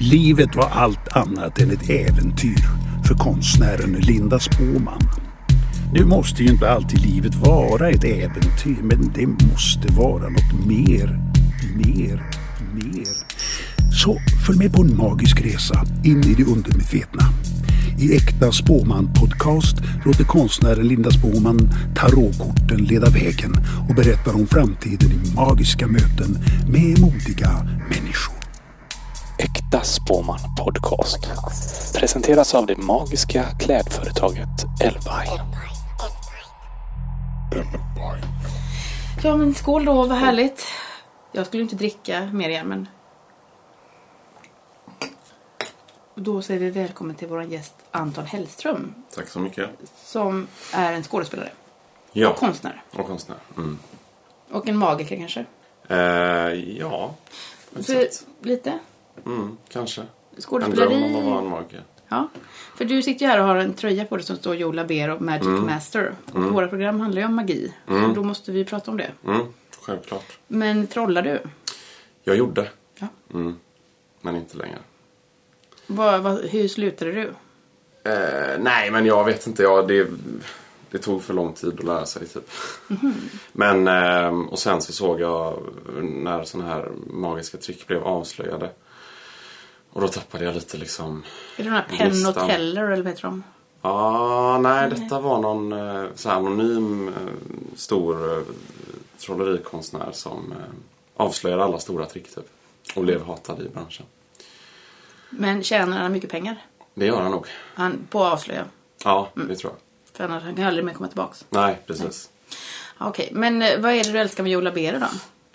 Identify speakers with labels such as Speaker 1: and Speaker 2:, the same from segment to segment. Speaker 1: Livet var allt annat än ett äventyr för konstnären Linda Spåman. Nu måste ju inte alltid livet vara ett äventyr, men det måste vara något mer, mer, mer. Så följ med på en magisk resa in i det undermedvetna. I Äkta Spåman Podcast låter konstnären Linda Spåman tarotkorten leda vägen och berättar om framtiden i magiska möten med modiga människor.
Speaker 2: Äkta Spåman Podcast presenteras av det magiska klädföretaget Elvine.
Speaker 3: Ja men skål då, vad härligt. Jag skulle inte dricka mer igen men... Då säger vi välkommen till vår gäst Anton Hellström
Speaker 4: Tack så mycket.
Speaker 3: som är en skådespelare
Speaker 4: Ja.
Speaker 3: och konstnär.
Speaker 4: Och konstnär. Mm.
Speaker 3: Och en magiker kanske.
Speaker 4: Eh, ja,
Speaker 3: För,
Speaker 4: exakt.
Speaker 3: lite.
Speaker 4: Mm, kanske. En dröm om att vara en
Speaker 3: Skådespeleri.
Speaker 4: magiker.
Speaker 3: Ja. För du sitter ju här och har en tröja på dig som står Joe Labero Magic
Speaker 4: Mm.
Speaker 3: Master. Och Våra program handlar ju om magi. Så då måste vi prata om det.
Speaker 4: Mm, självklart.
Speaker 3: Men trollar du?
Speaker 4: Jag gjorde,
Speaker 3: Ja.
Speaker 4: men inte längre.
Speaker 3: Vad, vad, hur slutade du?
Speaker 4: Eh, nej, men jag vet inte. Jag, det, det tog för lång tid att lära sig typ.
Speaker 3: Mhm.
Speaker 4: Men, ehm, och sen så såg jag när sådana här magiska trick blev avslöjade. Och då tappade jag lite liksom...
Speaker 3: Är det de här Penn och
Speaker 4: Listan.
Speaker 3: Teller eller vad heter de?
Speaker 4: Ja, nej, detta var någon eh, så här anonym eh, stor eh, trollerikonstnär som eh, avslöjade alla stora trick typ. Och blev hatad i branschen.
Speaker 3: Men tjänar han mycket pengar?
Speaker 4: Det gör han nog.
Speaker 3: Han, på att avslöja.
Speaker 4: Ja, det tror jag.
Speaker 3: För annars han kan aldrig mer komma tillbaks.
Speaker 4: Nej, precis.
Speaker 3: Ja, Okej, men eh, vad är det du älskar med Joe Labero då?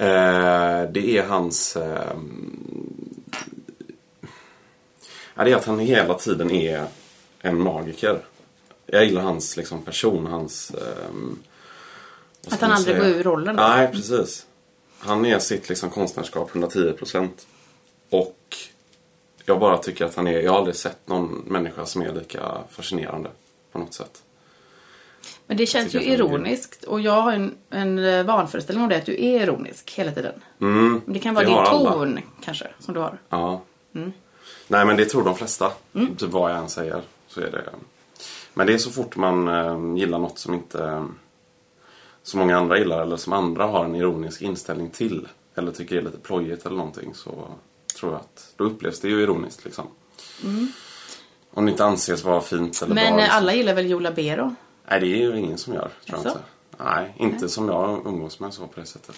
Speaker 4: Eh, det är hans... Eh, ja, det är att han hela tiden är en magiker. Jag gillar hans liksom, person, hans... ehm, vad ska
Speaker 3: Att han
Speaker 4: man
Speaker 3: aldrig
Speaker 4: säga?
Speaker 3: går ur rollen då?
Speaker 4: Nej, precis. Han är sitt liksom, konstnärskap 110 procent. Och jag bara tycker att han är... Jag har aldrig sett någon människa som är lika fascinerande på något sätt.
Speaker 3: Men det känns ju
Speaker 4: tycker jag att han är
Speaker 3: ironiskt och jag har en, en eh, vanföreställning om det att du är ironisk hela tiden.
Speaker 4: Mm,
Speaker 3: Men det kan vara
Speaker 4: har
Speaker 3: din
Speaker 4: alla.
Speaker 3: ton kanske som du har.
Speaker 4: Ja. Mm. Nej, men det tror de flesta.
Speaker 3: Mm.
Speaker 4: Typ vad jag än säger så är det. Men det är så fort man eh, gillar något som inte eh, så många andra gillar eller som andra har en ironisk inställning till eller tycker är lite plojigt eller någonting så tror jag att då upplevs det ju ironiskt liksom. Om det inte anses vara fint eller
Speaker 3: Mm. Men
Speaker 4: bra.
Speaker 3: eh,
Speaker 4: liksom.
Speaker 3: alla gillar väl Joe Labero?
Speaker 4: Nej, det är ju ingen som gör, tror
Speaker 3: Jaså?
Speaker 4: jag inte. Nej, inte som jag umgås med så på det sättet.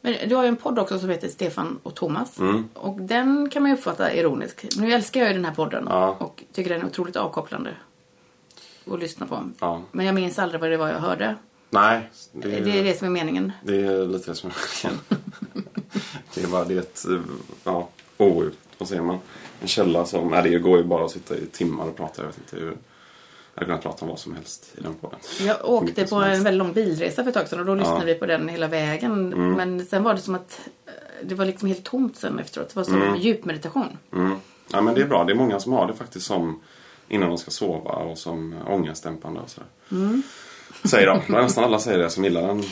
Speaker 3: Men eh, du har ju en podd också som heter Stefan och Thomas.
Speaker 4: Mm.
Speaker 3: Och den kan man ju uppfatta ironisk. Nu älskar jag ju den här podden
Speaker 4: Ja.
Speaker 3: och tycker den är otroligt avkopplande att lyssna på.
Speaker 4: Ja.
Speaker 3: Men jag minns aldrig vad det var jag hörde.
Speaker 4: Nej,
Speaker 3: Det är det som är meningen.
Speaker 4: Det är lite det som är Det är bara det är ett, eh, ja, o, vad säger man? En källa som, nej det går ju bara att sitta i timmar och prata, jag vet inte hur. Jag hade kunnat prata om vad som helst i den podden.
Speaker 3: Jag
Speaker 4: Hur
Speaker 3: åkte
Speaker 4: mycket
Speaker 3: på
Speaker 4: som
Speaker 3: en
Speaker 4: helst.
Speaker 3: väldigt lång bilresa för ett tag sedan och då lyssnade vi på den hela vägen.
Speaker 4: Mm.
Speaker 3: Men sen var det som att eh, det var liksom helt tomt sen efteråt. Det var som djupmeditation.
Speaker 4: Mm. Ja men det är bra, det är många som har det faktiskt som innan de ska sova och som eh, ångestdämpande och sådär.
Speaker 3: Mm.
Speaker 4: Säger de, Men nästan alla säger det som gillar den.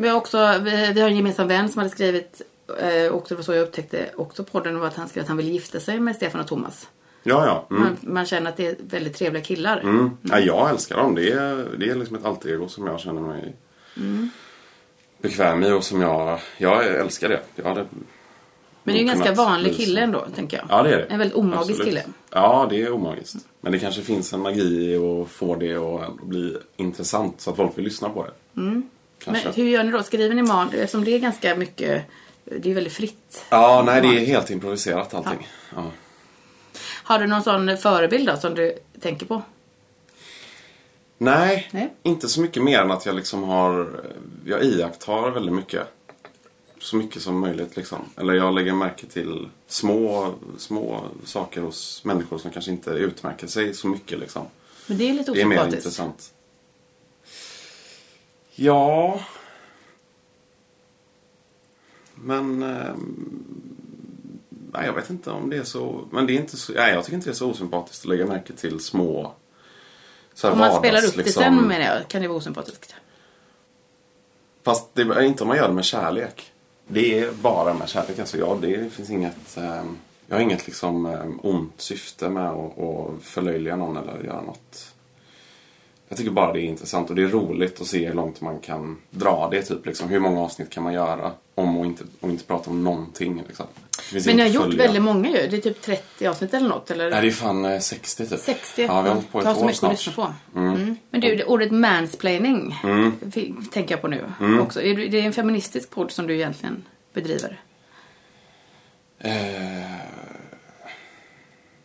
Speaker 3: Vi, har också, vi, vi har en gemensam vän som hade skrivit, eh, och det var så jag upptäckte också podden, var att han skrev att han vill gifta sig med Stefan och Thomas.
Speaker 4: Ja ja. Mm.
Speaker 3: Man, man känner att det är väldigt trevliga killar.
Speaker 4: Mm. Ja, jag älskar dem. Det är, det är liksom ett alter ego som jag känner mig bekväm i och som jag... Jag älskar det. Jag hade
Speaker 3: Men det är ju en
Speaker 4: nog
Speaker 3: ganska
Speaker 4: kunnat
Speaker 3: vanlig
Speaker 4: bli så.
Speaker 3: kille ändå, tänker jag.
Speaker 4: Ja, det är det.
Speaker 3: En väldigt omagisk
Speaker 4: Absolut.
Speaker 3: kille.
Speaker 4: Ja, det är omagiskt. Men det kanske finns en magi i att få det att bli intressant så att folk vill lyssna på det. Kanske.
Speaker 3: Mm. Men hur gör ni då? Skriver ni manus? Eftersom det är ganska mycket, det är väldigt fritt.
Speaker 4: Ja, nej, det är helt improviserat allting. Ja.
Speaker 3: Har du någon sån förebild då som du tänker på?
Speaker 4: Nej,
Speaker 3: Nej.
Speaker 4: inte så mycket mer än att jag liksom har... Jag iakttar väldigt mycket. Så mycket som möjligt liksom. Eller jag lägger märke till små, små saker hos människor som kanske inte utmärker sig så mycket liksom.
Speaker 3: Men det är lite
Speaker 4: Det är mer
Speaker 3: osympatiskt.
Speaker 4: intressant. Ja... Men... Eh, nej, jag vet inte om det är så... Men det är inte så... Nej, jag tycker inte det är så osympatiskt att lägga märke till små... Så här
Speaker 3: Om man
Speaker 4: vardags,
Speaker 3: spelar upp det
Speaker 4: liksom.
Speaker 3: sen menar jag, kan det vara osympatiskt.
Speaker 4: Fast det är inte om man gör det med kärlek. Det är bara med kärlek. Alltså, ja, det finns inget... ehm, Jag har inget liksom eh, ont syfte med att, att förlöjliga någon eller göra något. Jag tycker bara det är intressant och det är roligt att se hur långt man kan dra det. Typ, liksom, hur många avsnitt kan man göra om att inte, och inte prata om någonting. Liksom. Det finns
Speaker 3: Men ni
Speaker 4: inget
Speaker 3: har
Speaker 4: att
Speaker 3: gjort
Speaker 4: följa.
Speaker 3: väldigt många ju. Det är typ 30 avsnitt eller något. Eller?
Speaker 4: Nej, det är fan eh, 60 typ.
Speaker 3: 60.
Speaker 4: Ja, vi har hållit på ett
Speaker 3: Jag har så
Speaker 4: år
Speaker 3: mycket att
Speaker 4: snart.
Speaker 3: lyssna på. Mm. Men du, det ordet mansplaining
Speaker 4: Mm.
Speaker 3: fi- tänker jag på nu också. Är du- Det är en feministisk podd som du egentligen bedriver.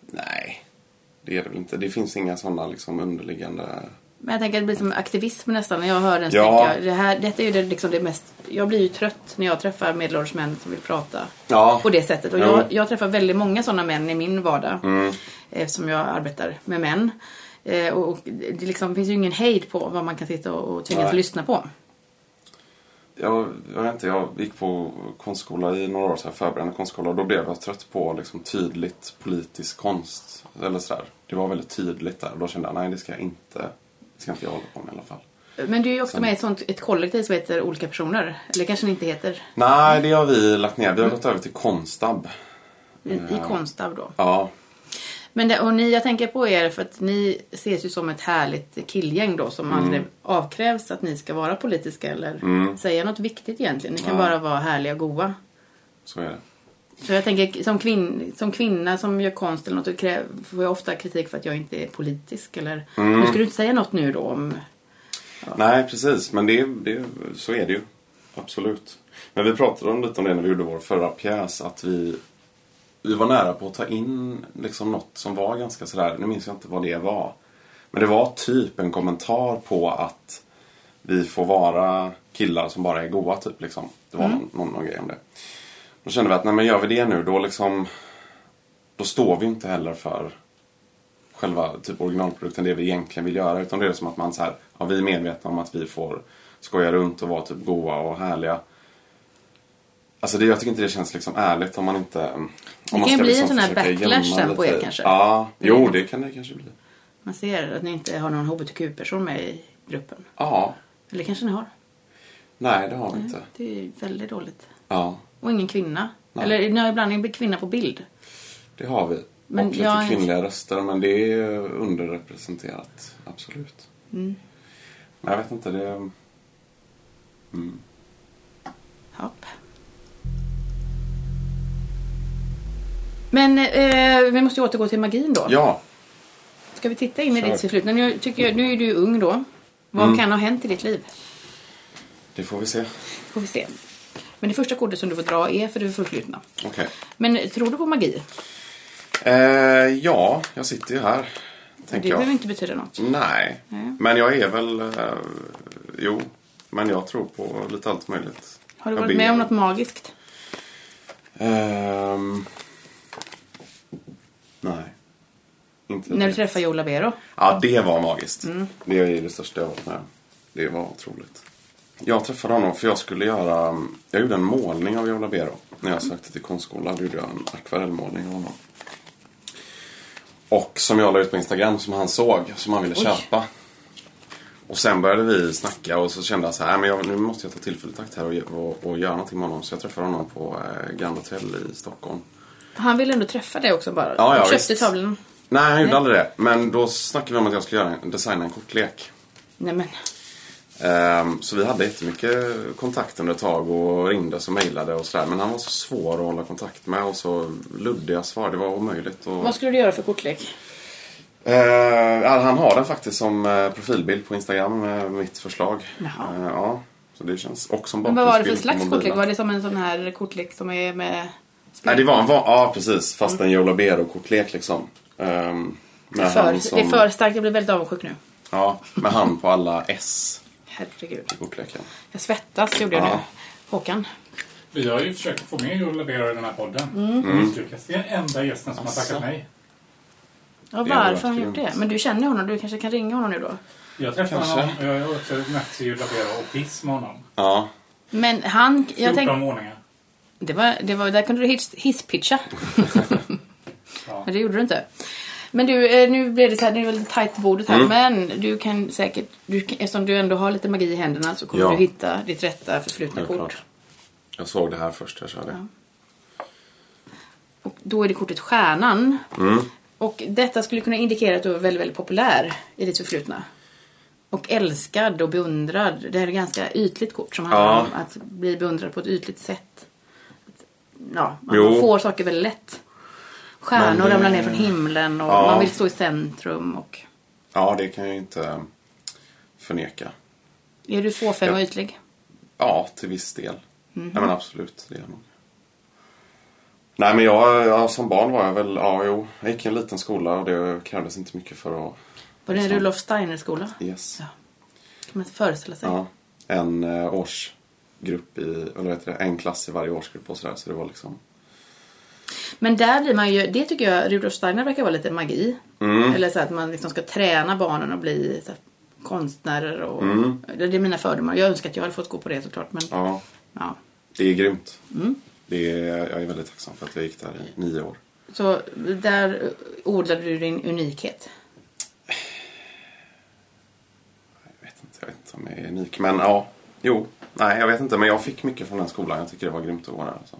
Speaker 4: Nej, det är det väl inte. Det finns inga sådana liksom, underliggande...
Speaker 3: Men jag tänker att det blir som aktivism nästan när jag hör den
Speaker 4: Ja.
Speaker 3: ja. det här, Detta är ju det, liksom det mest... Jag blir ju trött när jag träffar medelålders män som vill prata
Speaker 4: Ja.
Speaker 3: på det sättet. Och
Speaker 4: Jo. Mm.
Speaker 3: jag, jag träffar väldigt många sådana män i min vardag. Eftersom jag arbetar med män. Eh, och, och det liksom finns ju ingen hejd på vad man kan sitta och, och tvingas
Speaker 4: Nej.
Speaker 3: lyssna på.
Speaker 4: jag, jag vet inte, jag gick på konstskola i några år, så här, förberedande konstskola. Och då blev jag trött på liksom, tydligt politisk konst. Eller sådär. Det var väldigt tydligt där. Då kände jag, nej det ska jag inte, det ska inte jag hålla på med i alla fall.
Speaker 3: Men du är ju också med i ett, sånt, ett kollektiv som heter Olika personer. Eller kanske det inte heter.
Speaker 4: Nej, det har vi lagt ner. Vi har gått över till konstab.
Speaker 3: I, i Konstab då.
Speaker 4: Ja,
Speaker 3: Men det, och ni, jag tänker på er för att ni ses ju som ett härligt killgäng då som aldrig avkrävs att ni ska vara politiska eller säga något viktigt egentligen. Ni kan bara vara härliga och goa.
Speaker 4: så är det.
Speaker 3: Så jag tänker som, kvin, som kvinna som gör konst eller något så krä, får jag ofta kritik för att jag inte är politisk eller nu ska du inte säga något nu då om
Speaker 4: Nej, precis. Men det, det, så är det ju. Absolut. Men vi pratade om lite om det när vi gjorde vår förra pjäs. Att vi, vi var nära på att ta in liksom något som var ganska sådär, nu minns jag inte vad det var. Men det var typ en kommentar på att vi får vara killar som bara är goa typ. Liksom. Det var
Speaker 3: Mm.
Speaker 4: någon, någon, någon grej om det. Då kände vi att nej, men gör vi det nu då liksom då står vi inte heller för själva typ originalprodukten, det vi egentligen vill göra. Utan det är som att man så här, ja, vi är medvetna om att vi får skoja runt och vara typ goa och härliga. Alltså det, jag tycker inte det känns liksom ärligt om man inte... Om man
Speaker 3: kan ju
Speaker 4: ska liksom
Speaker 3: bli en sån här
Speaker 4: försöka
Speaker 3: backlash
Speaker 4: gömma
Speaker 3: sen på
Speaker 4: lite.
Speaker 3: er kanske. Mm.
Speaker 4: Ja, jo det kan det kanske bli.
Speaker 3: man ser att ni inte har någon hbtq-person med i gruppen.
Speaker 4: Ja,
Speaker 3: Eller kanske ni har.
Speaker 4: nej det har
Speaker 3: Mm.
Speaker 4: vi inte.
Speaker 3: Det är ju väldigt dåligt.
Speaker 4: Ja,
Speaker 3: Och ingen kvinna.
Speaker 4: Nej.
Speaker 3: Eller ni har ibland en kvinna på bild.
Speaker 4: det har vi.
Speaker 3: Men
Speaker 4: och lite
Speaker 3: jag-
Speaker 4: kvinnliga röster men det är underrepresenterat, absolut.
Speaker 3: Mm.
Speaker 4: Men jag vet inte, det...
Speaker 3: Hopp. Men eh, vi måste ju återgå till magin då.
Speaker 4: Ja,
Speaker 3: Ska vi titta in i
Speaker 4: Kör. Mm.
Speaker 3: ditt förflutna? Nu, tycker jag, nu är du ju ung då. Vad kan ha hänt i ditt liv?
Speaker 4: det får vi se.
Speaker 3: Får vi se. Men det första kortet som du får dra är för det förflutna.
Speaker 4: Okej.
Speaker 3: Men tror du på magi?
Speaker 4: Eh, ja, jag sitter ju här.
Speaker 3: Det
Speaker 4: Tänker jag.
Speaker 3: behöver inte betyda
Speaker 4: Mm.
Speaker 3: något.
Speaker 4: Nej.
Speaker 3: Nej.
Speaker 4: men jag är väl... Eh, jo, men jag tror på lite allt möjligt.
Speaker 3: Har du
Speaker 4: Jag
Speaker 3: varit
Speaker 4: ber-
Speaker 3: med om något magiskt?
Speaker 4: Ehm, nej. Inte
Speaker 3: När du
Speaker 4: direkt.
Speaker 3: träffade Joe Labero?
Speaker 4: Ja, det var magiskt. Det är det största jag varit med om. Det var otroligt. Jag träffade honom för jag skulle göra... Jag gjorde en målning av Joe Labero. När jag sökte till konstskolan gjorde jag en akvarellmålning av honom. Och som jag la ut på Instagram som han såg, som han ville
Speaker 3: Oj.
Speaker 4: köpa. Och sen började vi snacka och så kände jag så här, "Nej, men jag, nu måste jag ta tillfället i akt här och, ge- och, och göra någonting med honom. Så jag träffade honom på eh, Grand Hotel i Stockholm.
Speaker 3: Han ville ändå träffa dig också bara.
Speaker 4: Ja, ja,
Speaker 3: Och köpte
Speaker 4: visst.
Speaker 3: tavlan.
Speaker 4: Nej, han gjorde aldrig det. Men då snackade vi om att jag skulle göra en, designa en kortlek.
Speaker 3: Nej men.
Speaker 4: Ehm, Så vi hade jättemycket kontakt under ett tag och ringde och mejlade och sådär. Men han var så svår att hålla kontakt med och så luddiga svar. Det var omöjligt. Och...
Speaker 3: Vad skulle du göra för kortlek?
Speaker 4: Eh, ja, han har den faktiskt som eh, profilbild på Instagram, eh, mitt förslag.
Speaker 3: Jaha.
Speaker 4: Eh, ja, så det känns... Och som
Speaker 3: Men vad var det för
Speaker 4: bakgrundsbild på
Speaker 3: slags
Speaker 4: mobilen.
Speaker 3: kortlek? Var det som en sån här kortlek som är med spel?
Speaker 4: Nej, det var en van... Ja, precis. Fast en Joe Labero-kortlek liksom. Ehm,
Speaker 3: Det är
Speaker 4: med
Speaker 3: för,
Speaker 4: han som...
Speaker 3: det är för starkt, jag blir väldigt avundsjuk nu.
Speaker 4: Ja, med han på alla S
Speaker 3: Herregud.
Speaker 4: i kortleken.
Speaker 3: Jag svettas gjorde jag
Speaker 4: Ja.
Speaker 3: nu. Håkan.
Speaker 5: Vi har ju försökt få med Joe Labero i den här podden.
Speaker 3: Mm.
Speaker 5: Misslyckats. Det är den enda gästen som har
Speaker 3: Alltså.
Speaker 4: Asså.
Speaker 5: tackat nej.
Speaker 3: Ja,
Speaker 4: Det hade
Speaker 3: varför har han
Speaker 4: varit
Speaker 3: gjort
Speaker 4: grymt.
Speaker 3: det? Men du känner ju honom, du kanske kan ringa honom nu då?
Speaker 5: Jag träffade
Speaker 4: Kanske.
Speaker 5: honom och jag har också mött Joe Labero och piss med honom.
Speaker 4: Ja,
Speaker 3: Men han,
Speaker 5: 14
Speaker 3: jag tänkte,
Speaker 5: våningar.
Speaker 3: det var, det var, där kunde du hiss, hisspitcha.
Speaker 5: Ja.
Speaker 3: Men det gjorde du inte. Men du, eh, nu blev det så här, det är väldigt tajt på bordet
Speaker 4: Mm.
Speaker 3: här. Men du kan säkert, du, kan- eftersom du ändå har lite magi i händerna så kommer
Speaker 4: Ja.
Speaker 3: du hitta ditt rätta förflutna
Speaker 4: självklart.
Speaker 3: kort.
Speaker 4: Jag såg det här först, jag körde.
Speaker 3: Och då är det kortet Stjärnan.
Speaker 4: Mm.
Speaker 3: Och detta skulle kunna indikera att du var väldigt, väldigt populär i ditt förflutna. Och älskad och beundrad. Det här är ett ganska ytligt kort som handlar
Speaker 4: Ja.
Speaker 3: om att bli beundrad på ett ytligt sätt. Ja, man
Speaker 4: Jo.
Speaker 3: får saker väldigt lätt. Stjärnor
Speaker 4: Men det-
Speaker 3: ramlar ner från himlen och
Speaker 4: Ja.
Speaker 3: man vill stå i centrum. Och...
Speaker 4: Ja, det kan jag ju inte eh, förneka.
Speaker 3: Är du fåfäng och
Speaker 4: Ja.
Speaker 3: ytlig?
Speaker 4: Ja, till viss del. Ja, men absolut. Det är jag nog. Nej, men jag, ja, som barn var jag väl... Ja, jo. Jag gick i en liten skola och det krävdes inte mycket för att...
Speaker 3: Var det en Rudolf Steiner-skola?
Speaker 4: Yes.
Speaker 3: Ja. Kan man inte föreställa sig.
Speaker 4: Ja. En eh, årsgrupp i... Eller vad heter det? En klass i varje årsgrupp och sådär. Så det var liksom...
Speaker 3: Men där blir man ju, det tycker jag, Rudolf Steiner verkar vara lite magi. Eller så att man liksom ska träna barnen att bli så här, konstnärer och... Det det är mina fördomar. Jag önskar att jag hade fått gå på det såklart men... Ja.
Speaker 4: Ja, det är grymt. Det är, jag är väldigt tacksam för att jag gick där i nio år.
Speaker 3: Så där odlade du din unikhet.
Speaker 4: Jag vet inte, jag vet inte om jag är unik. Men ja, jo. Nej, jag vet inte. Men jag fick mycket från den skolan. Jag tycker det var grymt att gå där. Alltså.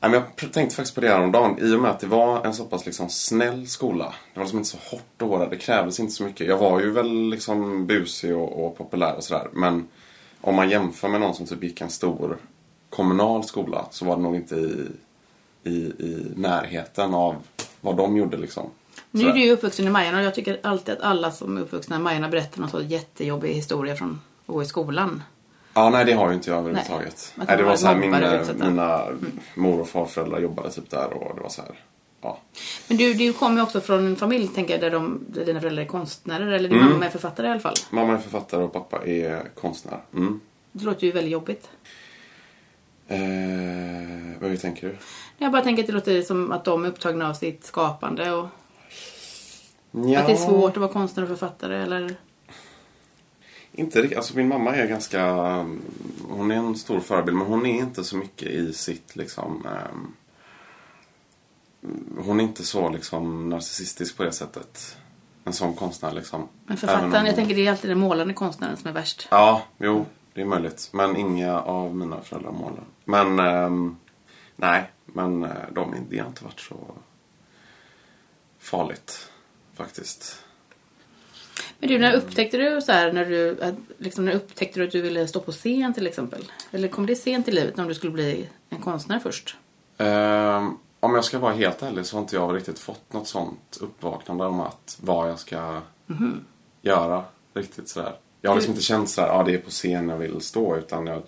Speaker 4: Nej, men jag pr- tänkte faktiskt på det här om dagen. I och med att det var en så pass liksom, snäll skola. Det var liksom inte så hårt att gå där. Det krävdes inte så mycket. Jag var ju väl liksom busig och, och populär och sådär. Men om man jämför med någon som typ gick en stor kommunal skola så var det nog inte i, i, i närheten av vad de gjorde liksom.
Speaker 3: Nu är
Speaker 4: Sådär.
Speaker 3: du ju uppvuxen i Majorna och jag tycker alltid att alla som är uppvuxna i Majorna berättar någon sån jättejobbig historia från att gå i skolan.
Speaker 4: Ja, nej det har ju inte jag överhuvudtaget.
Speaker 3: Nej.
Speaker 4: Nej.
Speaker 3: Att man
Speaker 4: det var
Speaker 3: var
Speaker 4: så här,
Speaker 3: mobbare och Mm.
Speaker 4: mina,
Speaker 3: utsatta.
Speaker 4: mina mor och farföräldrar jobbade typ där och det var så här. Ja,
Speaker 3: Men du, du kommer ju också från en familj tänker jag där, de, där dina föräldrar är konstnärer eller din mamma är författare i alla fall.
Speaker 4: mamma är författare och pappa är konstnär. Mm.
Speaker 3: Det låter ju väldigt jobbigt.
Speaker 4: Eh, vad tänker du?
Speaker 3: Jag bara tänker att det låter som att de är upptagna av sitt skapande och
Speaker 4: Ja,
Speaker 3: att det är svårt att vara konstnär och författare eller...
Speaker 4: Inte riktigt. Alltså min mamma är ganska... mm, Hon är en stor förebild men hon är inte så mycket i sitt liksom... ehm, mm, hon är inte så liksom narcissistisk på det sättet. En sån konstnär liksom.
Speaker 3: Men
Speaker 4: Även om
Speaker 3: författaren, jag
Speaker 4: hon-
Speaker 3: tänker det är alltid den målande konstnären som är värst.
Speaker 4: Ja, jo, det är möjligt. Men inga av mina föräldrar målar. Men, ehm, nej, men eh, de, det har inte varit så farligt faktiskt.
Speaker 3: Men du, när upptäckte du så här, när du, att, liksom, när upptäckte du att du ville stå på scen till exempel? Eller kom det sent i livet om du skulle bli en konstnär först?
Speaker 4: Ehm, om jag ska vara helt ärlig så har inte jag riktigt fått något sånt uppvaknande om att vad jag ska
Speaker 3: Mhm.
Speaker 4: göra riktigt sådär. Jag har liksom inte känt sådär, ja ah, det är på scen jag vill stå utan jag...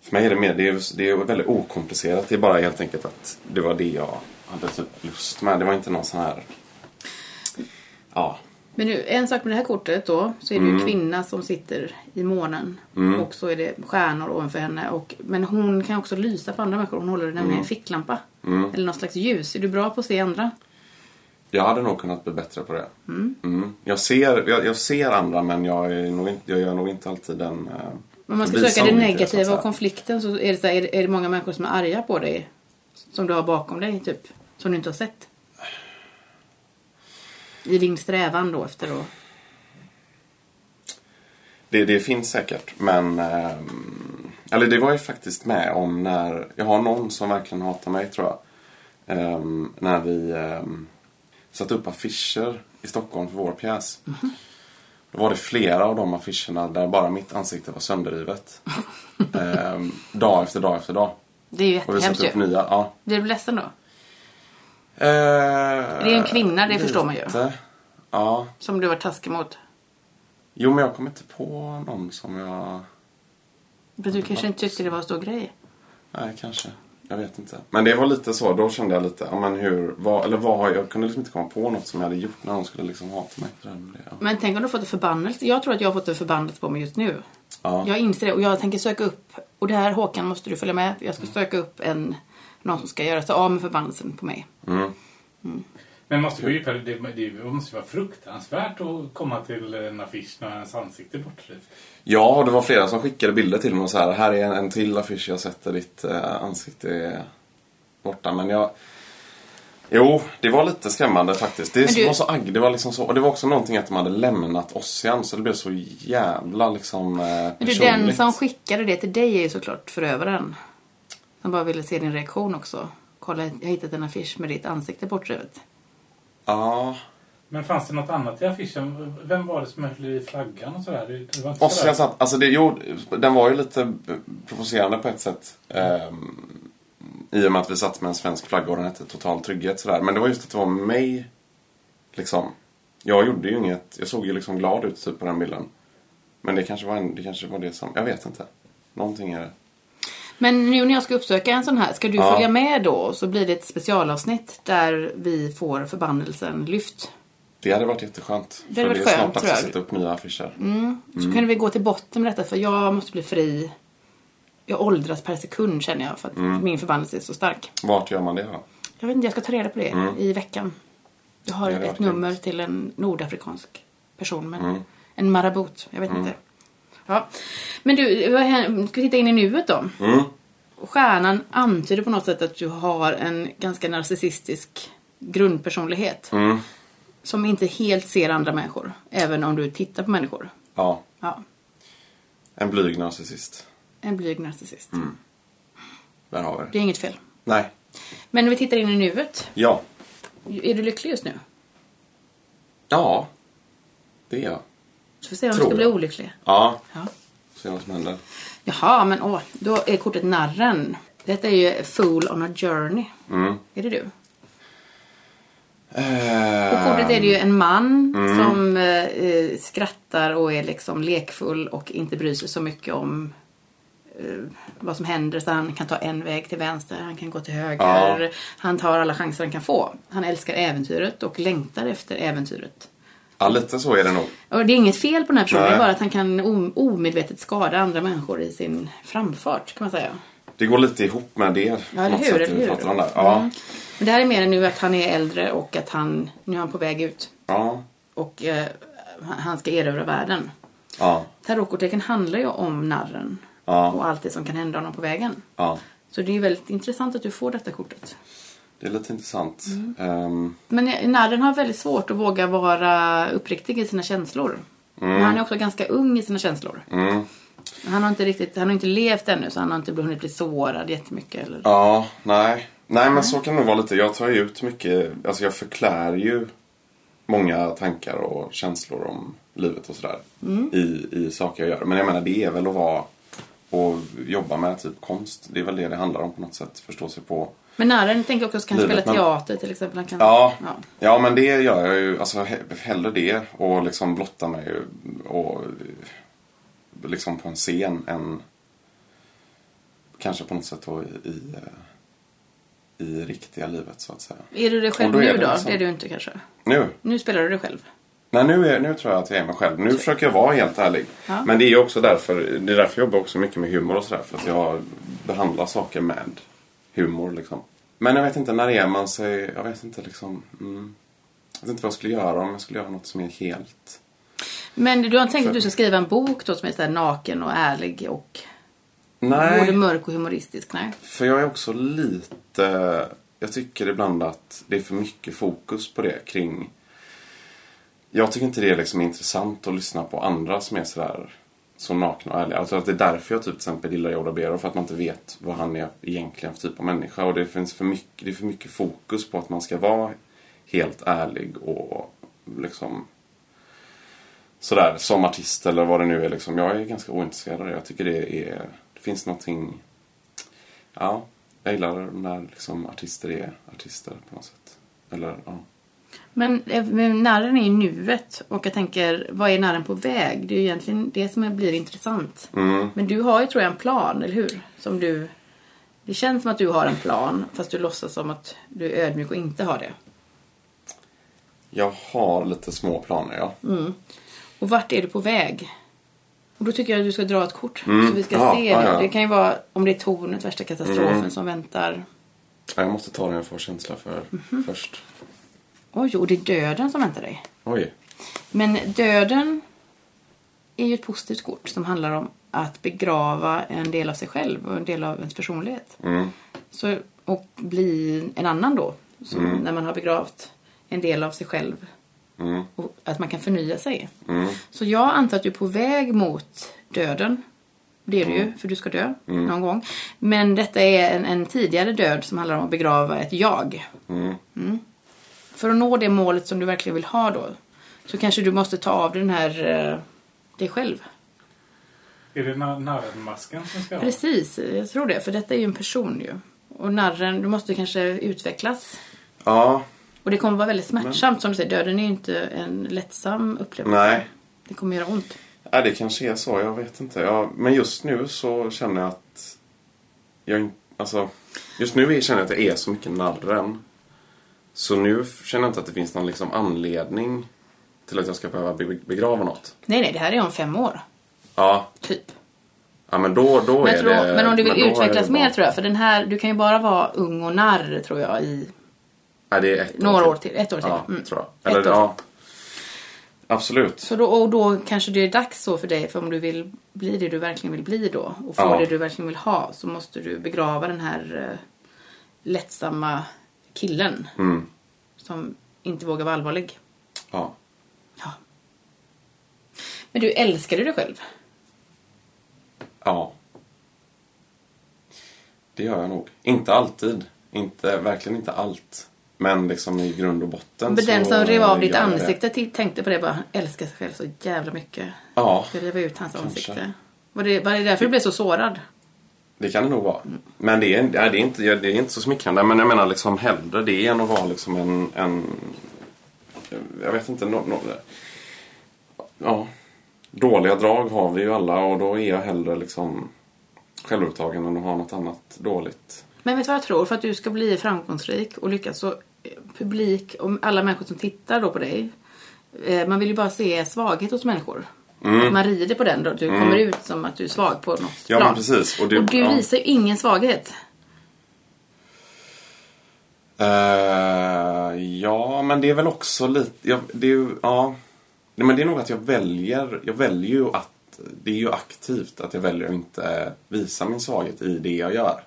Speaker 4: För mig är det mer, det är, det är väldigt okomplicerat. Det är bara helt enkelt att det var det jag hade typ lust med. Det var inte någon sån här... Ja.
Speaker 3: Men nu, en sak med det här kortet då, så är det
Speaker 4: Mm.
Speaker 3: ju kvinna som sitter i månen. Och så är det stjärnor ovanför henne. Och, men hon kan också lysa på andra människor. Hon håller nämligen
Speaker 4: Mm.
Speaker 3: en ficklampa. Eller någon slags ljus. Är du bra på att se andra?
Speaker 4: Jag hade nog kunnat bli bättre på det. Mm. Jag, ser, jag, jag ser andra men jag, är nog inte, jag gör nog inte alltid den... eh,
Speaker 3: Om man ska
Speaker 4: visar
Speaker 3: söka det
Speaker 4: nog inte så att
Speaker 3: negativa
Speaker 4: säga.
Speaker 3: och konflikten så är det, så här, är, det, är det många människor som är arga på dig. Som du har bakom dig, typ. Som du inte har sett. I din strävan då efter att...
Speaker 4: Det, det finns säkert, men... ehm, eller det var jag faktiskt med om när... Jag har någon som verkligen hatar mig, tror jag. Ehm, när vi ehm, satte upp affischer i Stockholm för vår pjäs. Då var det flera av de affischerna där bara mitt ansikte var sönderrivet. Ehm, dag efter dag efter dag.
Speaker 3: Det är ju
Speaker 4: Och vi
Speaker 3: jättehemskt
Speaker 4: satte
Speaker 3: ju.
Speaker 4: upp nya. Ja.
Speaker 3: Blir du ledsen då?
Speaker 4: det är
Speaker 3: en kvinna, det förstår man ju.
Speaker 4: Eh, Ja.
Speaker 3: Som du var taskig mot?
Speaker 4: Jo, men jag kommer inte på någon som jag...
Speaker 3: Men
Speaker 4: Mm,
Speaker 3: du kanske inte tyckte det var en stor grej?
Speaker 4: Nej, kanske. Jag vet inte. Men det var lite så. Då kände jag lite, ja men hur, vad, eller vad har jag, jag kunde liksom inte komma på något som jag hade gjort när de skulle liksom hata mig för det. eller det. Ja.
Speaker 3: Men tänk om du har fått en förbannelse. Jag tror att jag har fått en förbannelse på mig just nu.
Speaker 4: Ja.
Speaker 3: Jag inser det och jag tänker söka upp. Och det här Håkan måste du följa med. Jag ska
Speaker 4: Mm.
Speaker 3: söka upp en, någon som ska göra sig av med förbannelsen på mig.
Speaker 5: Men måste gå djupare, det, det, det måste ju vara fruktansvärt att komma till en affisch när ens ansikte är bortlyft.
Speaker 4: ja, och det var flera som skickade bilder till mig och så här, här är en, en till affisch jag sätter ditt eh, ansikte är borta. Men jag... Jo, det var lite skrämmande faktiskt. Det
Speaker 3: Men du-
Speaker 4: var så agg, det var liksom så. Och det var också någonting att de hade lämnat Ossian så det blev så jävla liksom eh,
Speaker 3: Men du, den som skickade det till dig är ju såklart förövaren. Som bara ville se din reaktion också. Kolla, jag har hittat en affisch med ditt ansikte bortskrivet.
Speaker 4: Ja.
Speaker 5: Men fanns det något annat i affischen? Vem var det som höll i flaggan och sådär? Det- det var inte sådär-
Speaker 4: Ossian alltså det, jo, den var ju lite provocerande på ett sätt. Ehm, I och med att vi satt med en svensk flagga och den hette Total Trygghet sådär. Men det var just att det var mig, liksom. Jag gjorde ju inget, jag såg ju liksom glad ut typ på den bilden. Men det kanske var, en, det, kanske var det som, jag vet inte. Någonting är det.
Speaker 3: Men nu när jag ska uppsöka en sån här, ska du
Speaker 4: Ja.
Speaker 3: följa med då? Så blir det ett specialavsnitt där vi får förbannelsen lyft.
Speaker 4: Det hade varit jätteskönt.
Speaker 3: Det hade
Speaker 4: för
Speaker 3: varit
Speaker 4: det är
Speaker 3: skönt,
Speaker 4: snart dags
Speaker 3: tror
Speaker 4: att
Speaker 3: jag. Mm.
Speaker 4: sätta upp nya affischer.
Speaker 3: Så kan vi gå till botten med detta för jag måste bli fri. Jag åldras per sekund känner jag för att min förbannelse är så stark.
Speaker 4: Vart gör man det då?
Speaker 3: Jag vet inte, jag ska ta reda på det i veckan. Jag har
Speaker 4: Ja, Mm. det
Speaker 3: ett
Speaker 4: var
Speaker 3: nummer till en nordafrikansk person, men
Speaker 4: Mm.
Speaker 3: en marabot. Jag vet inte. Ja. Men du, vad hän- ska vi titta in i nuet då?
Speaker 4: Mm.
Speaker 3: Stjärnan antyder på något sätt att du har en ganska narcissistisk grundpersonlighet.
Speaker 4: Mm.
Speaker 3: Som inte helt ser andra människor, även om du tittar på människor.
Speaker 4: Ja,
Speaker 3: Ja,
Speaker 4: en blyg narcissist.
Speaker 3: en blyg narcissist.
Speaker 4: Mm. Där har vi
Speaker 3: Det
Speaker 4: det.
Speaker 3: är inget fel.
Speaker 4: Nej.
Speaker 3: Men om vi tittar in i nuet.
Speaker 4: Ja.
Speaker 3: Är du lycklig just nu?
Speaker 4: Ja. Det är jag.
Speaker 3: Så får vi se om du
Speaker 4: Tror
Speaker 3: ska bli
Speaker 4: jag.
Speaker 3: olycklig.
Speaker 4: Ja.
Speaker 3: Ja.
Speaker 4: Se vad som händer.
Speaker 3: Jaha, men åh, då är kortet narren. Detta är ju Fool on a Journey.
Speaker 4: Mm.
Speaker 3: Är det du? På kortet är det ju en man som eh, eh, skrattar och är liksom lekfull och inte bryr sig så mycket om eh, vad som händer. Så han kan ta en väg till vänster, han kan gå till höger.
Speaker 4: Ja.
Speaker 3: Han tar alla chanser han kan få. Han älskar äventyret och längtar efter äventyret.
Speaker 4: Ja, lite så är det nog.
Speaker 3: Och det är inget fel på den här personen, det är
Speaker 4: Nej.
Speaker 3: bara att han kan o- omedvetet skada andra människor i sin framfart kan man säga.
Speaker 4: Det går lite ihop med det. på
Speaker 3: eller
Speaker 4: något
Speaker 3: hur,
Speaker 4: sätt,
Speaker 3: eller
Speaker 4: vi
Speaker 3: hur? Mm.
Speaker 4: pratar om där. Ja.
Speaker 3: Men det här är mer nu att han är äldre och att han, nu är han på väg ut
Speaker 4: ja.
Speaker 3: och eh, han ska erövra världen.
Speaker 4: Ja.
Speaker 3: Tarotkorteken handlar ju om narren
Speaker 4: Ja.
Speaker 3: och allt det som kan hända honom på vägen.
Speaker 4: Ja.
Speaker 3: Så det är ju väldigt intressant att du får detta kortet.
Speaker 4: Det är lite intressant.
Speaker 3: Mm.
Speaker 4: Ehm,
Speaker 3: Men narren har väldigt svårt att våga vara uppriktig i sina känslor.
Speaker 4: Mm.
Speaker 3: Men han är också ganska ung i sina känslor. Han har inte riktigt, han har inte levt ännu så han har inte hunnit bli sårad jättemycket. Eller...
Speaker 4: ja, nej. Nej, men så kan det nog vara lite. Jag tar ju ut mycket. Alltså jag förklär ju många tankar och känslor om livet och sådär.
Speaker 3: Mm.
Speaker 4: I, I saker jag gör. Men jag menar, det är väl att vara och jobba med typ konst. Det är väl det det handlar om på något sätt. Förstå sig på.
Speaker 3: Men narren tänker också att han kan
Speaker 4: Livet,
Speaker 3: spela
Speaker 4: men-
Speaker 3: teater till exempel. Han kan...
Speaker 4: Ja, ja. men det gör jag ju. Alltså he- hellre det och liksom blotta mig ju och eh, liksom på en scen än kanske på något sätt då i, i, eh, i riktiga livet så att säga.
Speaker 3: Är du det själv
Speaker 4: Och då är
Speaker 3: nu
Speaker 4: det
Speaker 3: då?
Speaker 4: liksom-
Speaker 3: Det är du inte kanske?
Speaker 4: Nu?
Speaker 3: Nu spelar du dig själv.
Speaker 4: Nej, nu, är, nu tror jag att jag är mig själv. Nu försöker jag vara helt ärlig.
Speaker 3: Ja.
Speaker 4: Men det är ju också därför, det är därför jag jobbar också mycket med humor och sådär. För att jag behandlar saker med humor liksom. Men jag vet inte, när är man sig, jag vet inte liksom. Mm, jag vet inte vad jag skulle göra om jag skulle göra något som är helt...
Speaker 3: Men du har tänkt att du ska skriva en bok då som är så här naken och ärlig och både
Speaker 4: Nej,
Speaker 3: mörk och humoristisk? Nej.
Speaker 4: för jag är också lite... Jag tycker ibland att det är för mycket fokus på det kring... Jag tycker inte det är liksom intressant att lyssna på andra som är sådär så nakna och ärliga. Jag tror att det är därför jag typ till exempel gillar Yoda Bero, för att man inte vet vad han är egentligen för typ av människa. Och det finns för mycket, det är för mycket fokus på att man ska vara helt ärlig och liksom sådär som artist eller vad det nu är liksom. Jag är ganska ointresserad av det. Jag tycker det är, det finns någonting, ja, jag gillar när liksom artister är artister på något sätt. Eller ja.
Speaker 3: Men, eh, men narren är i nuet och jag tänker, vad är narren på väg? Det är ju egentligen det som blir intressant.
Speaker 4: Mm.
Speaker 3: Men du har ju tror jag en plan, eller hur? Som du... Det känns som att du har en plan fast du låtsas som att du är ödmjuk och inte har det.
Speaker 4: Jag har lite små planer ja.
Speaker 3: Mm. Och vart är du på väg? Och då tycker jag att du ska dra ett kort så vi ska
Speaker 4: Mm. Ja,
Speaker 3: se
Speaker 4: ja,
Speaker 3: det.
Speaker 4: ja. Mm.
Speaker 3: Det kan ju vara om det är tornet, värsta katastrofen som väntar.
Speaker 4: Ja, Jag måste ta den jag får känsla för
Speaker 3: Mhm.
Speaker 4: först.
Speaker 3: Oj, och det är döden som väntar dig.
Speaker 4: Oj.
Speaker 3: Men döden är ju ett positivt kort som handlar om att begrava en del av sig själv och en del av ens personlighet. Så, och bli en annan då. Så När man har begravt en del av sig själv. Och att man kan förnya sig. Så jag antar att du är på väg mot döden. Det är det ju, för du ska dö någon gång. Men detta är en, en tidigare död som handlar om att begrava ett jag. Mm. För att nå det målet som du verkligen vill ha då så kanske du måste ta av den här eh, dig själv.
Speaker 5: Är det na- narrenmasken som ska vara?
Speaker 3: Precis, jag tror det. För detta är ju en person ju. Och narren, du måste kanske utvecklas.
Speaker 4: Ja,
Speaker 3: Och det kommer vara väldigt smärtsamt som du säger. Döden är ju inte en lättsam upplevelse.
Speaker 4: Nej.
Speaker 3: Det kommer göra ont.
Speaker 4: Ja, äh, det kanske är så. Jag vet inte. Ja, men just nu så känner jag att... Jag, in- alltså, just nu känner jag att jag är så mycket narren. Så nu känner jag inte att det finns någon liksom anledning till att jag ska behöva be- begrava något.
Speaker 3: Nej, nej, det här är om fem år.
Speaker 4: Ja,
Speaker 3: Typ.
Speaker 4: ja men då, då
Speaker 3: Men,
Speaker 4: är
Speaker 3: jag tror,
Speaker 4: det...
Speaker 3: men om du vill
Speaker 4: då är det
Speaker 3: utvecklas
Speaker 4: bra.
Speaker 3: mer tror jag. För den här, du kan ju bara vara ung och narr tror jag i
Speaker 4: Ja, det är ett
Speaker 3: några år till. Ett år till.
Speaker 4: Ja,
Speaker 3: Mm.
Speaker 4: tror jag.
Speaker 3: Ett
Speaker 4: Eller,
Speaker 3: år
Speaker 4: ja. Absolut.
Speaker 3: Så då, och då kanske det är dags så för dig, för om du vill bli det du verkligen vill bli då och få
Speaker 4: Ja.
Speaker 3: det du verkligen vill ha så måste du begrava den här eh, lättsamma killen
Speaker 4: Mm.
Speaker 3: som inte vågar vara allvarlig.
Speaker 4: Ja.
Speaker 3: Ja. Men du, älskar du dig själv?
Speaker 4: Ja. Det gör jag nog. Inte alltid. Inte, verkligen inte allt. Men liksom i grund och botten
Speaker 3: Men den
Speaker 4: så
Speaker 3: som rev av ditt
Speaker 4: gör jag det.
Speaker 3: ansikte t- tänkte på det bara, älskar sig själv så jävla mycket.
Speaker 4: Ja,
Speaker 3: Jag rev ut hans
Speaker 4: Kanske.
Speaker 3: ansikte. Var det, var det därför du blev så sårad?
Speaker 4: det kan det nog vara. Men det är, ja, det, är inte, ja, det är inte så smickrande. Men jag menar liksom hellre det än att vara liksom en... en jag vet inte. No, no, ja. Dåliga drag har vi ju alla och då är jag hellre liksom självupptagen än att ha något annat dåligt.
Speaker 3: Men vet du vad jag tror? För att du ska bli framgångsrik och lyckas så eh, publik och alla människor som tittar då på dig. eh, Man vill ju bara se svaghet hos människor. Att man rider på den då. Du kommer ut som att du är svag på något
Speaker 4: Mm. Ja,
Speaker 3: plan.
Speaker 4: men precis. Och
Speaker 3: Och
Speaker 4: det-
Speaker 3: du,
Speaker 4: ja.
Speaker 3: visar ju ingen svaghet.
Speaker 4: Eh, ja, men det är väl också lite... Jag, det är ju, ja. Nej, men det är nog att jag väljer... Jag väljer ju att... Det är ju aktivt att jag väljer att inte eh, visa min svaghet i det jag gör.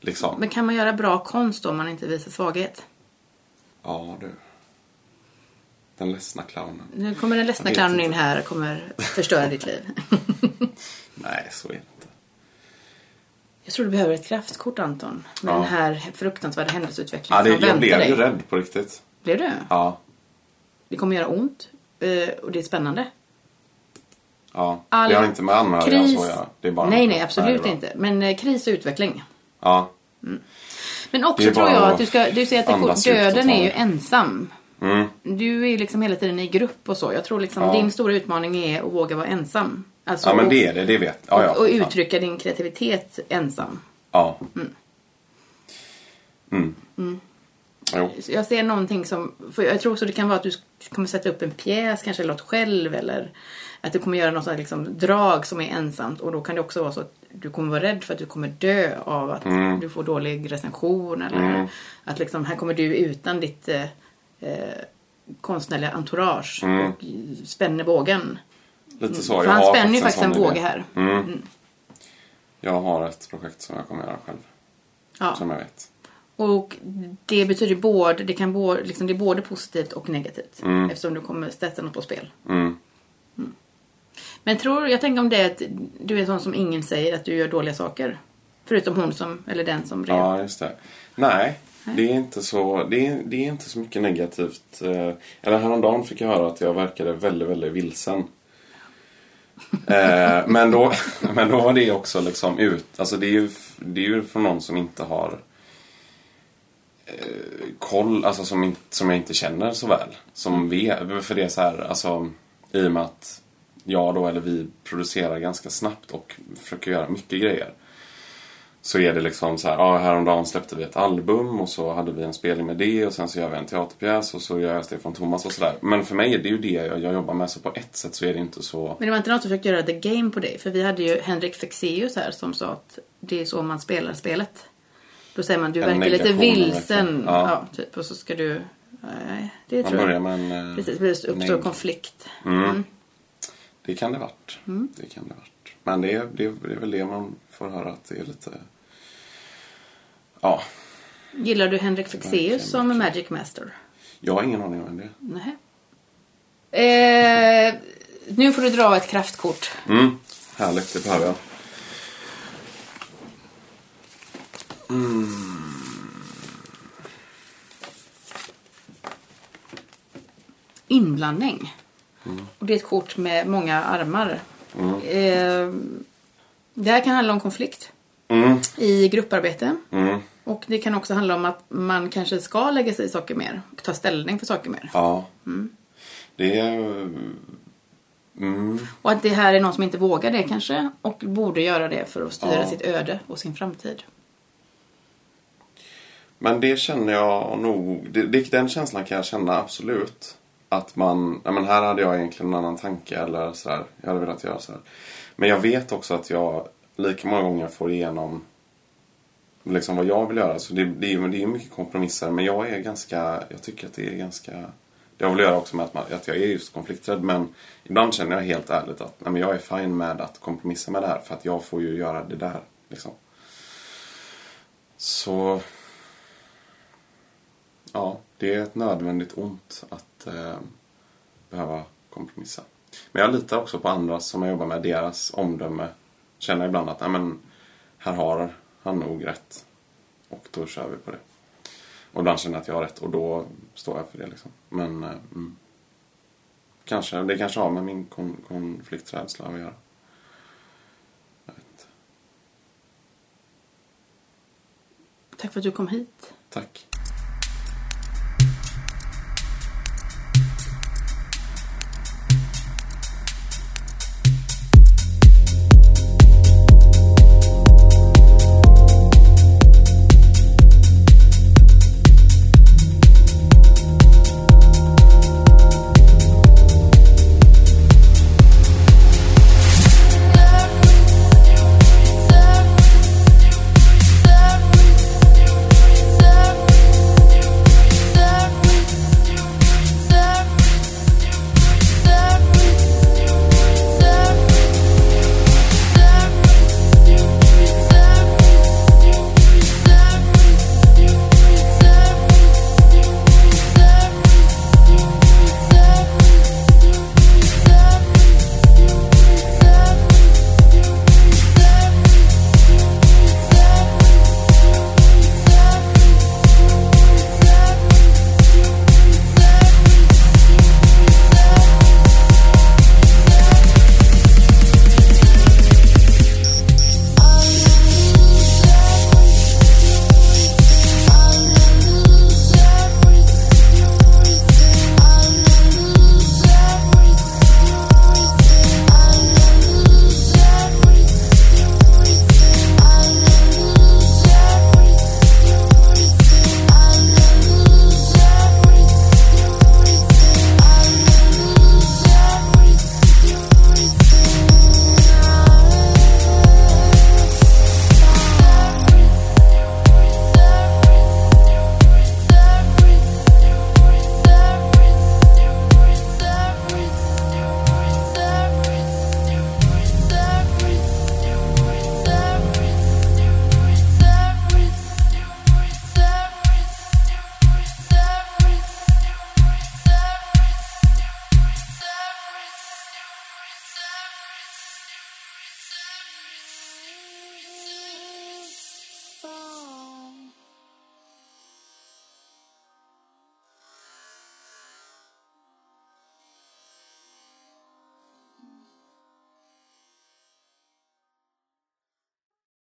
Speaker 4: Liksom.
Speaker 3: Men kan man göra bra konst då om man inte visar svaghet?
Speaker 4: Ja, du. Den ledsna clownen.
Speaker 3: Nu kommer den ledsna
Speaker 4: Jag vet
Speaker 3: clownen
Speaker 4: inte.
Speaker 3: in här och kommer förstöra ditt liv.
Speaker 4: Nej, så är det inte.
Speaker 3: Jag tror du behöver ett kraftkort Anton. Med
Speaker 4: Ja.
Speaker 3: den här fruktansvärda händelseutvecklingen
Speaker 4: Ja, det,
Speaker 3: som väntar
Speaker 4: jag blev
Speaker 3: dig.
Speaker 4: ju rädd på riktigt.
Speaker 3: Blev du?
Speaker 4: Ja,
Speaker 3: Det kommer göra ont. eh, Och det är spännande.
Speaker 4: ja.
Speaker 3: All
Speaker 4: det har inte med anhöriga
Speaker 3: kris...
Speaker 4: så jag. Det är bara
Speaker 3: nej, nej, absolut
Speaker 4: det är bra.
Speaker 3: inte. Men eh, kris och utveckling.
Speaker 4: Ja,
Speaker 3: Men
Speaker 4: Det
Speaker 3: också
Speaker 4: är
Speaker 3: tror
Speaker 4: bara
Speaker 3: jag
Speaker 4: att
Speaker 3: att du ska... Du säger att det
Speaker 4: andas
Speaker 3: går,
Speaker 4: ut och
Speaker 3: döden
Speaker 4: ta
Speaker 3: är ju
Speaker 4: det.
Speaker 3: ensam. Du är ju liksom hela tiden i grupp och så. Jag tror liksom
Speaker 4: Ja.
Speaker 3: din stora utmaning är att våga vara ensam. Alltså,
Speaker 4: ja men
Speaker 3: och-
Speaker 4: det är det. Det vet ja, ja,
Speaker 3: och, och
Speaker 4: för fan.
Speaker 3: uttrycka din kreativitet ensam.
Speaker 4: Ja. Mm.
Speaker 3: Mm.
Speaker 4: Jo.
Speaker 3: Så Jag ser någonting som... För jag tror också det kan vara att du kommer sätta upp en pjäs kanske eller något själv eller att du kommer göra något sånt här liksom drag som är ensamt och då kan det också vara så att du kommer vara rädd för att du kommer dö av att
Speaker 4: Mm.
Speaker 3: du får dålig recension eller att liksom här kommer du utan ditt eh, eh, konstnärliga entourage och spänner bågen.
Speaker 4: Lite Mm. så.
Speaker 3: För
Speaker 4: Jag
Speaker 3: han
Speaker 4: har
Speaker 3: spänner ju faktiskt en
Speaker 4: sån
Speaker 3: båge
Speaker 4: idé. Mm.
Speaker 3: här. Mm.
Speaker 4: Jag har ett projekt som jag kommer göra själv.
Speaker 3: Ja.
Speaker 4: Som jag vet.
Speaker 3: Och det betyder både, det kan både, liksom, det är både positivt och negativt.
Speaker 4: Mm.
Speaker 3: Eftersom du kommer sätta något på spel. Mm. Men tror, jag tänker om det att du är en sån som ingen säger att du gör dåliga saker. Förutom hon som, eller den som rev.
Speaker 4: Ja, just det. Nej, det är inte så, det är, det är inte så mycket negativt. eh, Eller häromdagen fick jag höra att jag verkade väldigt, väldigt vilsen. Eh, men, då, men då var det också liksom ut... Alltså det är ju, det är ju från någon som inte har eh, koll, alltså som, inte, som jag inte känner så väl. Som vet, för det är så här, alltså i och med att jag då, eller vi producerar ganska snabbt och försöker göra mycket grejer. Så är det liksom så här, ja, häromdagen släppte vi ett album och så hade vi en spelning med det och sen så gör vi en teaterpjäs och så gör jag Stefan Thomas och sådär. Men för mig är det ju det jag, jag jobbar med så på ett sätt så är det inte så...
Speaker 3: Men det var inte någon som försökte göra the game på dig. För vi hade ju Henrik Fexeus här som sa att det är så man spelar spelet. Då säger man du
Speaker 4: En
Speaker 3: verkar lite
Speaker 4: negation,
Speaker 3: vilsen.
Speaker 4: verkligen.
Speaker 3: Ja.
Speaker 4: Ja.
Speaker 3: typ. Och så ska du... Nej, det
Speaker 4: Man
Speaker 3: tror
Speaker 4: börjar
Speaker 3: jag.
Speaker 4: med en... Mm. eh,
Speaker 3: Precis, det uppstår
Speaker 4: nej.
Speaker 3: konflikt. Mm.
Speaker 4: Det kan det varit. Det kan det varit. Men det är, det, är, det är väl det man får höra att det är lite... Ja,
Speaker 3: Gillar du Henrik Fexeus som Magic Master?
Speaker 4: jag har ingen aning om vem det är.
Speaker 3: Nej. Eh, nu får du dra ett kraftkort.
Speaker 4: Mm. Härligt, det behöver jag.
Speaker 3: Inblandning.
Speaker 4: Mm.
Speaker 3: Och det är ett kort med många armar. Eh, det här kan handla om konflikt
Speaker 4: Mm,
Speaker 3: i grupparbete.
Speaker 4: mm.
Speaker 3: Och det kan också handla om att man kanske ska lägga sig i saker mer och ta ställning för saker mer.
Speaker 4: Ja. Det är... Mm.
Speaker 3: Och att det här är någon som inte vågar det kanske och borde göra det för att styra
Speaker 4: Ja.
Speaker 3: sitt öde och sin framtid.
Speaker 4: Men det känner jag nog... det- det- Den känslan kan jag känna absolut. Att man... Ja, men här hade jag egentligen en annan tanke eller så här. Jag hade velat göra så här. Men jag vet också att jag lika många gånger får igenom liksom vad jag vill göra. Så det, det, är ju- det är ju mycket kompromisser. Men jag är ganska... Jag tycker att det är ganska... Det har väl att göra också med att, man, att jag är just konflikträdd. Men ibland känner jag helt ärligt att nej, men jag är fine med att kompromissa med det här. För att jag får ju göra det där. Liksom. Så Ja, det är ett nödvändigt ont att eh, behöva kompromissa. Men jag litar också på andra som jag jobbar med, deras omdöme. Känner ibland att, "Nej, men här har han nog rätt. Och då kör vi på det. Och ibland känner jag att jag har rätt och då står jag för det liksom. Men eh, mm. kanske, det kanske har med min kon- konflikträdsla att göra. Jag vet inte.
Speaker 3: Tack för att du kom hit.
Speaker 4: Tack.
Speaker 6: Oh.